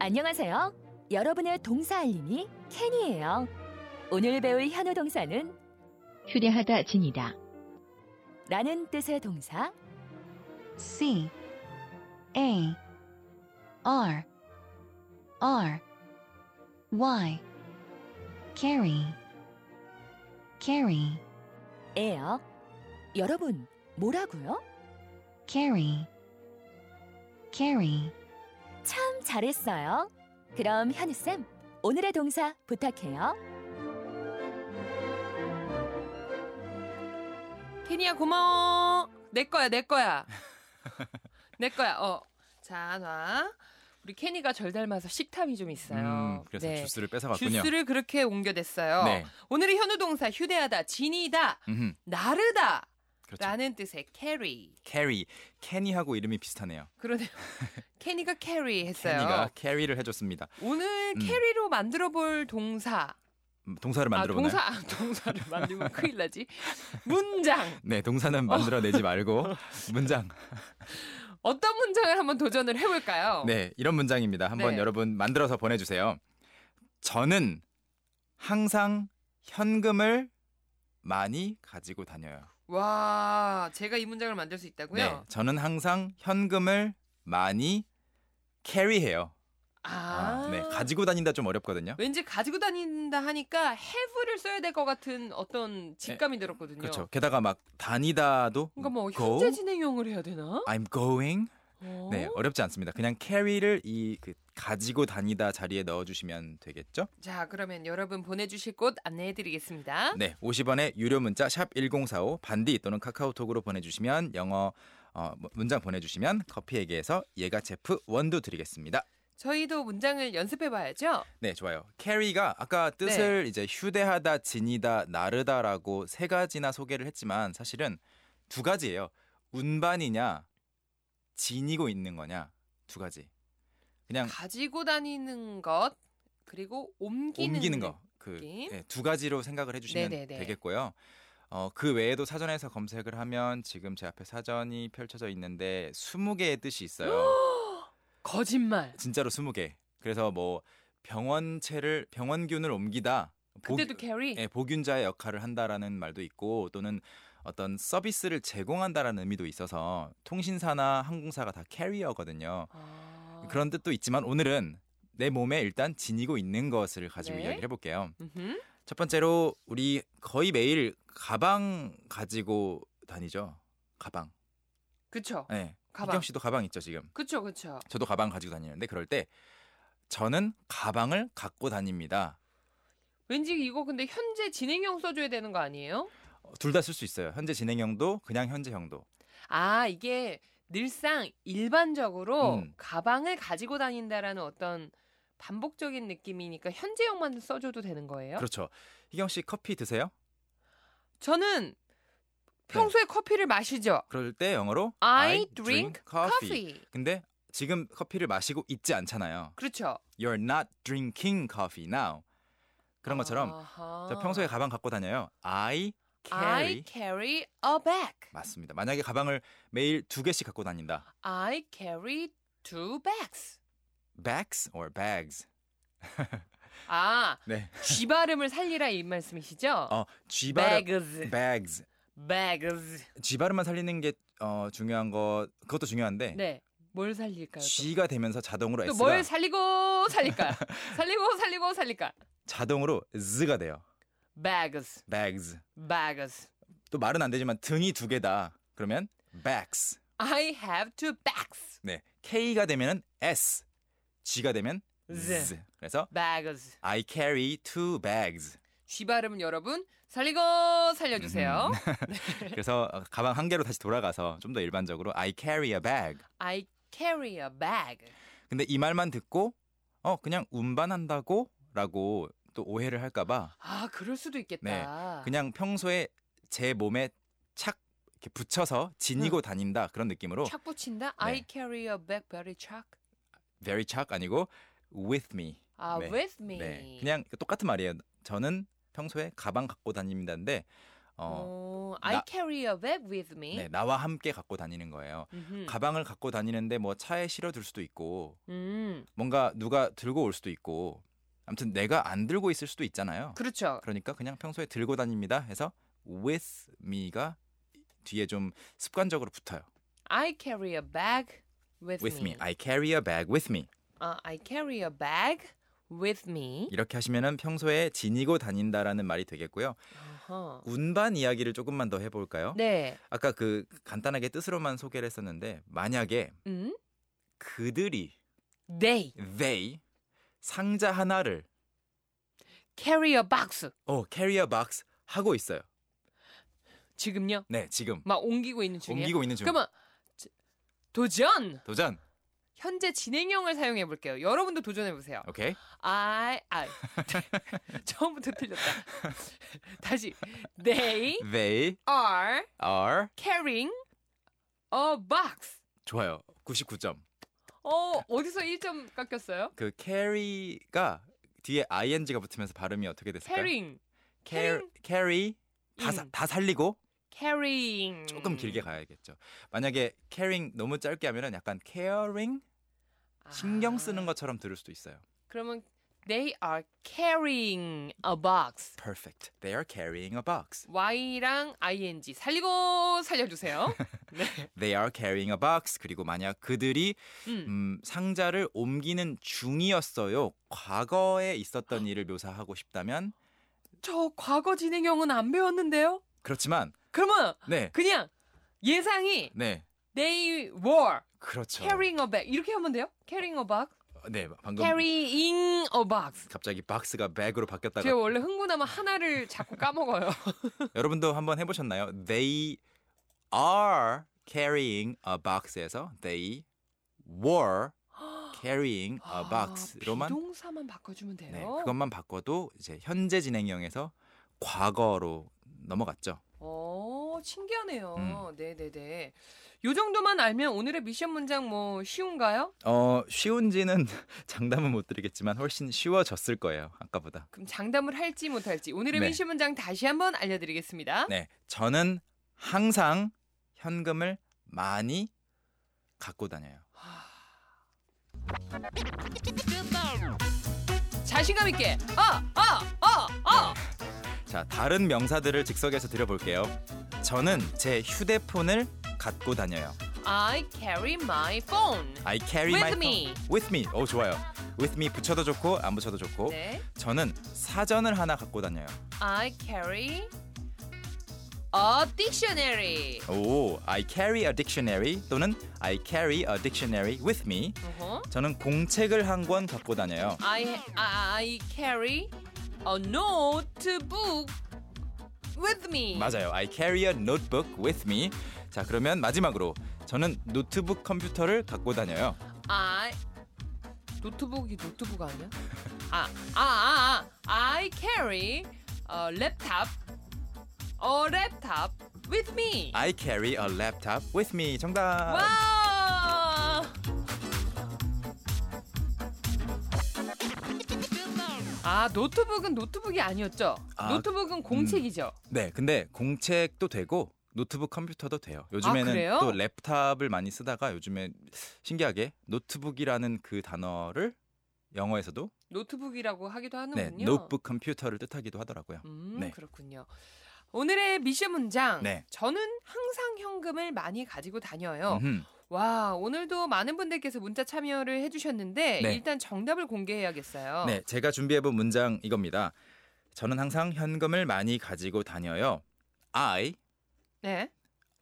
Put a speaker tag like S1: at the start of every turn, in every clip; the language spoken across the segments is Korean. S1: 안녕하세요. 여러분의 동사 알림이 캔이에요. 오늘 배울 현우 동사는
S2: 휴대하다 지니다.
S1: 라는 뜻의 동사
S3: C A R R Y carry carry
S1: 에요. 여러분, 뭐라고요?
S3: carry carry
S1: 참 잘했어요. 그럼 현우쌤, 오늘의 동사 부탁해요.
S4: 케니야 고마워. 내 거야 내 거야. 내 거야. 어. 자, 놔. 우리 케니가 절 닮아서 식탐이 좀 있어요.
S5: 음, 그래서
S4: 네.
S5: 주스를 뺏어갔군요.
S4: 주스를 그렇게 옮겨댔어요.
S5: 네.
S4: 오늘의 현우 동사 휴대하다, 지니다,
S5: 음,
S4: 나르다
S5: 그렇죠.
S4: 라는 뜻의 carry.
S5: 캐리. 캐니하고 이름이 비슷하네요.
S4: 그러네요. 케니가 carry 했어요.
S5: 캐니가 캐리를 해줬습니다.
S4: 오늘
S5: 음.
S4: 캐리로 만들어 볼 동사.
S5: 음, 동사를 만들어
S4: 아,
S5: 보나요?
S4: 동사, 아, 동사를 만들면 큰일 나지. 문장.
S5: 네, 동사는 만들어내지 말고 문장.
S4: 어떤 문장을 한번 도전을 해볼까요?
S5: 네, 이런 문장입니다. 한번
S4: 어. 네.
S5: 여러분 만들어서 보내주세요. 저는 항상 현금을 많이 가지고 다녀요.
S4: 와, 제가 이 문장을 만들 수 있다고요?
S5: 네, 저는 항상 현금을 많이 캐리해요.
S4: 아,
S5: 네, 가지고 다닌다 좀 어렵거든요.
S4: 왠지 가지고 다닌다 하니까 have를 써야 될 것 같은 어떤 직감이 들었거든요.
S5: 네. 그렇죠. 게다가 막 다니다도
S4: 그러니까 뭐
S5: go,
S4: 현재 진행형을 해야 되나?
S5: I'm going
S4: 어?
S5: 네, 어렵지 않습니다. 그냥 캐리를 이 그 가지고 다니다 자리에 넣어 주시면 되겠죠?
S4: 자, 그러면 여러분 보내주실 곳 안내해드리겠습니다.
S5: 네, 50원의 유료 문자 샵 1045 반디 또는 카카오톡으로 보내 주시면 영어 어, 뭐, 문장 보내 주시면 커피에게에서 예가 제프 원두 드리겠습니다.
S4: 저희도 문장을 연습해봐야죠.
S5: 네, 좋아요. 캐리가 아까 뜻을
S4: 네.
S5: 이제 휴대하다, 지니다, 나르다라고 세 가지나 소개를 했지만 사실은 두 가지예요. 운반이냐 지니고 있는 거냐 두 가지. 그냥
S4: 가지고 다니는 것 그리고 옮기는,
S5: 옮기는
S4: 일.
S5: 거. 그
S4: 느낌?
S5: 예, 두 가지로 생각을 해주시면
S4: 네네네.
S5: 되겠고요. 어, 그 외에도 사전에서 검색을 하면 지금 제 앞에 사전이 펼쳐져 있는데 20개의 뜻이 있어요.
S4: 거짓말.
S5: 진짜로 20개. 그래서 뭐 병원체를 병원균을 옮기다. 보-
S4: 그때도 캐리.
S5: 예, 보균자의 역할을 한다라는 말도 있고 또는 어떤 서비스를 제공한다라는 의미도 있어서 통신사나 항공사가 다 캐리어거든요.
S4: 아.
S5: 그런 뜻도 있지만 오늘은 내 몸에 일단 지니고 있는 것을 가지고
S4: 네.
S5: 이야기를 해볼게요.
S4: 음흠.
S5: 첫 번째로 우리 거의 매일 가방 가지고 다니죠. 가방.
S4: 그쵸.
S5: 네.
S4: 가방.
S5: 경 씨도 가방 있죠 지금.
S4: 그쵸, 그쵸.
S5: 저도 가방 가지고 다니는데 그럴 때 저는 가방을 갖고 다닙니다.
S4: 왠지 이거 근데 현재 진행형 써줘야 되는 거 아니에요?
S5: 둘 다 쓸 수 있어요. 현재 진행형도 그냥 현재형도.
S4: 아 이게 늘상 일반적으로
S5: 음.
S4: 가방을 가지고 다닌다라는 어떤 반복적인 느낌이니까 현재형만 써줘도 되는 거예요?
S5: 그렇죠. 희경 씨 커피 드세요?
S4: 저는
S5: 네.
S4: 평소에 커피를 마시죠.
S5: 그럴 때 영어로
S4: I, drink, coffee.
S5: 근데 지금 커피를 마시고 있지 않잖아요.
S4: 그렇죠.
S5: You're not drinking coffee now. 그런 것처럼
S4: 아하.
S5: 저 평소에 가방 갖고 다녀요. I
S4: I
S5: carry
S4: carry a bag.
S5: 맞습니다. 만약에 가방을 매일 두 개씩 갖고 다닌다.
S4: I carry two bags.
S5: bags or bags.
S4: 아,
S5: 네.
S4: G 발음을 살리라 이 말씀이시죠?
S5: 어, G 발음 네.
S4: bags,
S5: bags.
S4: bags.
S5: G 발음만 살리는 게 어, 중요한 거 그것도 중요한데
S4: 네, 뭘 살릴까요? 또?
S5: G가 되면서 자동으로 S가
S4: 또 뭘 살리고 살릴까? 살리고 살리고 살릴까?
S5: 자동으로 Z가 돼요.
S4: bags,
S5: bags.
S4: bags.
S5: 또 말은 안 되지만 등이 두 개다. 그러면 bags.
S4: I have two bags,
S5: 네. K가 되면은 S. G가 되면
S4: Z.
S5: Z. 그래서
S4: bags.
S5: I carry two bags.
S4: 쥐 발음은 여러분 살리고 살려주세요.
S5: 음. 그래서 어, 가방 한 개로 다시 돌아가서 좀 더 일반적으로 I carry a bag.
S4: I carry a bag.
S5: 근데 이 말만 듣고 어 그냥 운반한다고라고 또 오해를 할까봐
S4: 아 그럴 수도 있겠다.
S5: 네. 그냥 평소에 제 몸에 착 이렇게 붙여서 지니고 다닌다 그런 느낌으로
S4: 착
S5: 네.
S4: 붙인다. I carry a bag very 착.
S5: very 착 아니고 with me.
S4: 아
S5: 네.
S4: with me.
S5: 네, 그냥 똑같은 말이에요. 저는 평소에 가방 갖고 다닙니다인데 어,
S4: 어,
S5: 나-
S4: I carry a web with me.
S5: 네, 나와 함께 갖고 다니는 거예요.
S4: 음흠.
S5: 가방을 갖고 다니는데 뭐 차에 실어둘 수도 있고
S4: 음,
S5: 뭔가 누가 들고 올 수도 있고 아무튼 내가 안 들고 있을 수도 있잖아요.
S4: 그렇죠.
S5: 그러니까 그냥 평소에 들고 다닙니다. 해서 with me가 뒤에 좀 습관적으로 붙어요.
S4: I carry a bag with,
S5: with me. I carry a bag with me.
S4: 아, I carry a bag with me.
S5: 이렇게 하시면은 평소에 지니고 다닌다라는 말이 되겠고요.
S4: 어허.
S5: 운반 이야기를 조금만 더 해볼까요?
S4: 네.
S5: 아까 그 간단하게 뜻으로만 소개를 했었는데 만약에
S4: 음?
S5: 그들이
S4: They
S5: they 상자 하나를
S4: carry a box.
S5: 어 carry a box 하고 있어요.
S4: 지금요?
S5: 네 지금
S4: 막 옮기고 있는 중이에요.
S5: 옮기고 있는 중.
S4: 그러면 지- 도전!
S5: 도전.
S4: 현재 진행형을 사용해 볼게요. 여러분도 도전해 보세요.
S5: 오케이.
S4: I I 처음부터 틀렸다. 다시 They
S5: They
S4: are
S5: are
S4: carrying a box.
S5: 좋아요. 99점.
S4: 어 어디서 1점 깎였어요?
S5: 그 carry가 뒤에 ing가 붙으면서 발음이 어떻게 됐을까요?
S4: Carrying,
S5: Car- carry 다, 사-
S4: 인.
S5: 다 살리고
S4: carrying.
S5: 조금 길게 가야겠죠. 만약에 caring 너무 짧게 하면은 약간 caring 신경 쓰는
S4: 아,
S5: 것처럼 들을 수도 있어요.
S4: 그러면 They are carrying a box.
S5: Perfect. They are carrying a box.
S4: Y랑 ing 살리고 살려주세요. 네.
S5: They are carrying a box. 그리고 만약 그들이
S4: 음.
S5: 음, 상자를 옮기는 중이었어요. 과거에 있었던 일을 묘사하고 싶다면
S4: 저 과거 진행형은 안 배웠는데요.
S5: 그렇지만
S4: 그러면
S5: 네.
S4: 그냥 예상이
S5: 네.
S4: They were
S5: 그렇죠.
S4: carrying a bag 이렇게 하면 돼요? Carrying a box,
S5: 어, 네, 방금
S4: carrying a box.
S5: 갑자기 박스가 백으로 바뀌었다가
S4: 제가 원래 흥분하면 하나를 자꾸 까먹어요.
S5: 여러분도 한번 해보셨나요? They are carrying a box에서 they were carrying a 아, box로만
S4: 아, 비동사만 바꿔주면 돼요.
S5: 네, 그것만 바꿔도 이제 현재 진행형에서 과거로 넘어갔죠.
S4: 어 신기하네요.
S5: 음.
S4: 네네네. 요 정도만 알면 오늘의 미션 문장 뭐 쉬운가요?
S5: 어 쉬운지는 장담은 못 드리겠지만 훨씬 쉬워졌을 거예요 아까보다.
S4: 그럼 장담을 할지 못할지 오늘의
S5: 네.
S4: 미션 문장 다시 한번 알려드리겠습니다.
S5: 네, 저는 항상 현금을 많이 갖고 다녀요.
S4: 자신감 있게 어, 아아아아
S5: 자, 다른 명사들을 즉석에서 드려볼게요. 저는 제 휴대폰을 갖고 다녀요.
S4: I carry my phone.
S5: I carry my
S4: With me.
S5: phone with me. 오 좋아요. With me 붙여도 좋고 안 붙여도 좋고.
S4: 네.
S5: 저는 사전을 하나 갖고 다녀요.
S4: I carry a dictionary.
S5: 오, I carry a dictionary 또는 I carry a dictionary with me.
S4: 어허.
S5: 저는 공책을 한 권 갖고 다녀요.
S4: I I carry a notebook with me.
S5: 맞아요. I carry a notebook with me. 자, 그러면 마지막으로 저는 노트북 컴퓨터를 갖고 다녀요.
S4: I 노트북이 노트북 아니야? 아, 아, 아, 아. I carry a laptop. A laptop with me.
S5: I carry a laptop with me. 정답.
S4: 와우! 아 노트북은 노트북이 아니었죠?
S5: 아,
S4: 노트북은 공책이죠.
S5: 네, 근데 공책도 되고 노트북 컴퓨터도 돼요. 요즘에는
S4: 그래요?
S5: 또 랩탑을 많이 쓰다가 요즘에 신기하게 노트북이라는 그 단어를 영어에서도
S4: 노트북이라고 하기도
S5: 네,
S4: 하는군요.
S5: 노트북 컴퓨터를 뜻하기도 하더라고요.
S4: 음
S5: 네.
S4: 그렇군요. 오늘의 미션 문장.
S5: 네.
S4: 저는 항상 현금을 많이 가지고 다녀요.
S5: 음흠.
S4: 와 오늘도 많은 분들께서 문자 참여를 해주셨는데
S5: 네.
S4: 일단 정답을 공개해야겠어요.
S5: 네, 제가 준비해본 문장 이겁니다. 저는 항상 현금을 많이 가지고 다녀요. I
S4: 네.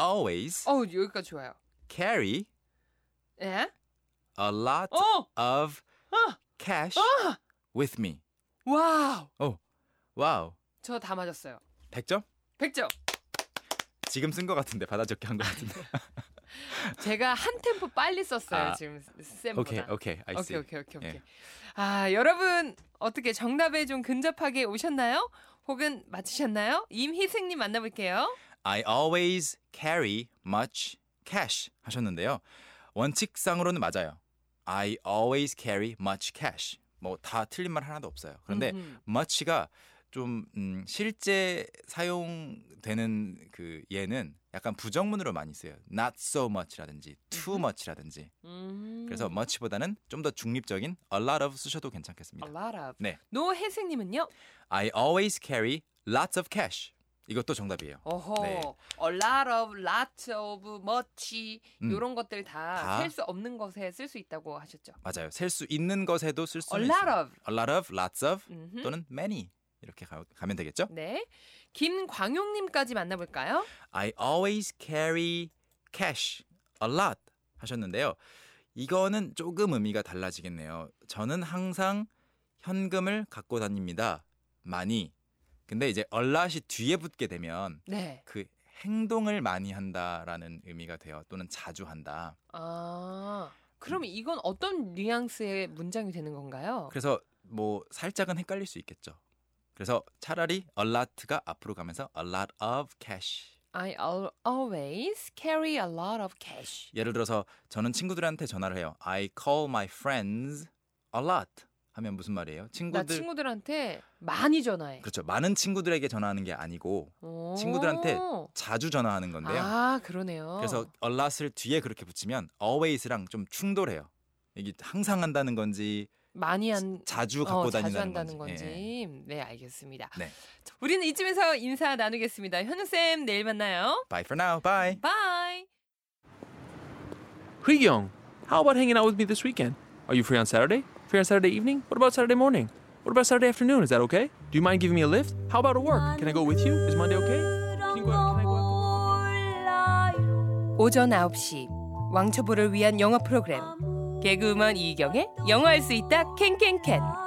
S5: always
S4: 어 여기까지 좋아요.
S5: carry
S4: 네.
S5: a lot
S4: 어
S5: of
S4: 아!
S5: cash with me.
S4: 와우.
S5: 와우,
S4: 저 다 맞았어요.
S5: 100점?
S4: 100점.
S5: 지금 쓴 것 같은데 받아 적게 한 것 같은데.
S4: 제가 한 템포 빨리 썼어요.
S5: 아,
S4: 지금 쌤보다.
S5: 오케이, 오케이, I
S4: 오케이,
S5: see.
S4: 오케이, 오케이,
S5: 예.
S4: 오케이. 아, 여러분 어떻게 정답에 좀 근접하게 오셨나요? 혹은 맞히셨나요? 임희승 님 만나볼게요.
S5: I always carry much cash 하셨는데요. 원칙상으로는 맞아요. I always carry much cash. 뭐 다 틀린 말 하나도 없어요. 그런데
S4: 음, 음.
S5: much가 좀 음, 실제 사용되는 그 예는 약간 부정문으로 많이 쓰여요. Not so much라든지 too much라든지.
S4: 음.
S5: 그래서 뭐 much보다는 좀 더 중립적인 a lot of 쓰셔도 괜찮겠습니다.
S4: a lot of.
S5: 네.
S4: 노혜승님은요?
S5: I always carry lots of cash. 이것도 정답이에요.
S4: 어허,
S5: 네.
S4: a lot of, lot of, much
S5: 음.
S4: 이런 것들 다
S5: 다?
S4: 셀 수 없는 것에 쓸 수 있다고 하셨죠.
S5: 맞아요. 셀 수 있는 것에도 쓸 수
S4: a
S5: 있어요.
S4: lot of.
S5: a lot of, lots of
S4: 음흠.
S5: 또는 many 이렇게 가, 가면 되겠죠?
S4: 네, 김광용님까지 만나볼까요?
S5: I always carry cash a lot 하셨는데요. 이거는 조금 의미가 달라지겠네요. 저는 항상 현금을 갖고 다닙니다. 많이. 근데 이제 a lot이 뒤에 붙게 되면
S4: 네.
S5: 그 행동을 많이 한다라는 의미가 돼요. 또는 자주 한다.
S4: 아, 그럼 이건 어떤 뉘앙스의 문장이 되는 건가요?
S5: 음. 그래서 뭐 살짝은 헷갈릴 수 있겠죠. 그래서 차라리 a lot가 앞으로 가면서 a lot of cash.
S4: I al- always carry a lot of cash.
S5: 예를 들어서 저는 친구들한테 전화를 해요. I call my friends a lot 하면 무슨 말이에요?
S4: 나
S5: 친구들
S4: 친구들한테 많이 전화해.
S5: 그렇죠. 많은 친구들에게 전화하는 게 아니고
S4: 오.
S5: 친구들한테 자주 전화하는 건데요.
S4: 아, 그러네요.
S5: 그래서 a lot을 뒤에 그렇게 붙이면 always랑 좀 충돌해요. 이게 항상 한다는 건지
S4: 많이 한
S5: 자주 갖고
S4: 어,
S5: 다닌다는
S4: 자주 한다는 건지.
S5: 건지. 예.
S4: 네, 알겠습니다.
S5: 네.
S4: 자, 우리는 이쯤에서 인사 나누겠습니다. 현우쌤 내일 만나요.
S5: Bye for now. Bye.
S4: 바이.
S6: Young, how about hanging out with me this weekend? Are you free on Saturday? Free on Saturday evening? What about Saturday morning? What about Saturday afternoon? Is that okay? Do you mind giving me a lift? How about at work? Can I go with you? Is Monday okay? Can you go out? Can I go out?
S4: 오전 9시 왕초보를 위한 영어 프로그램 개그우먼 이경의 영어할 수 있다 캔캔캔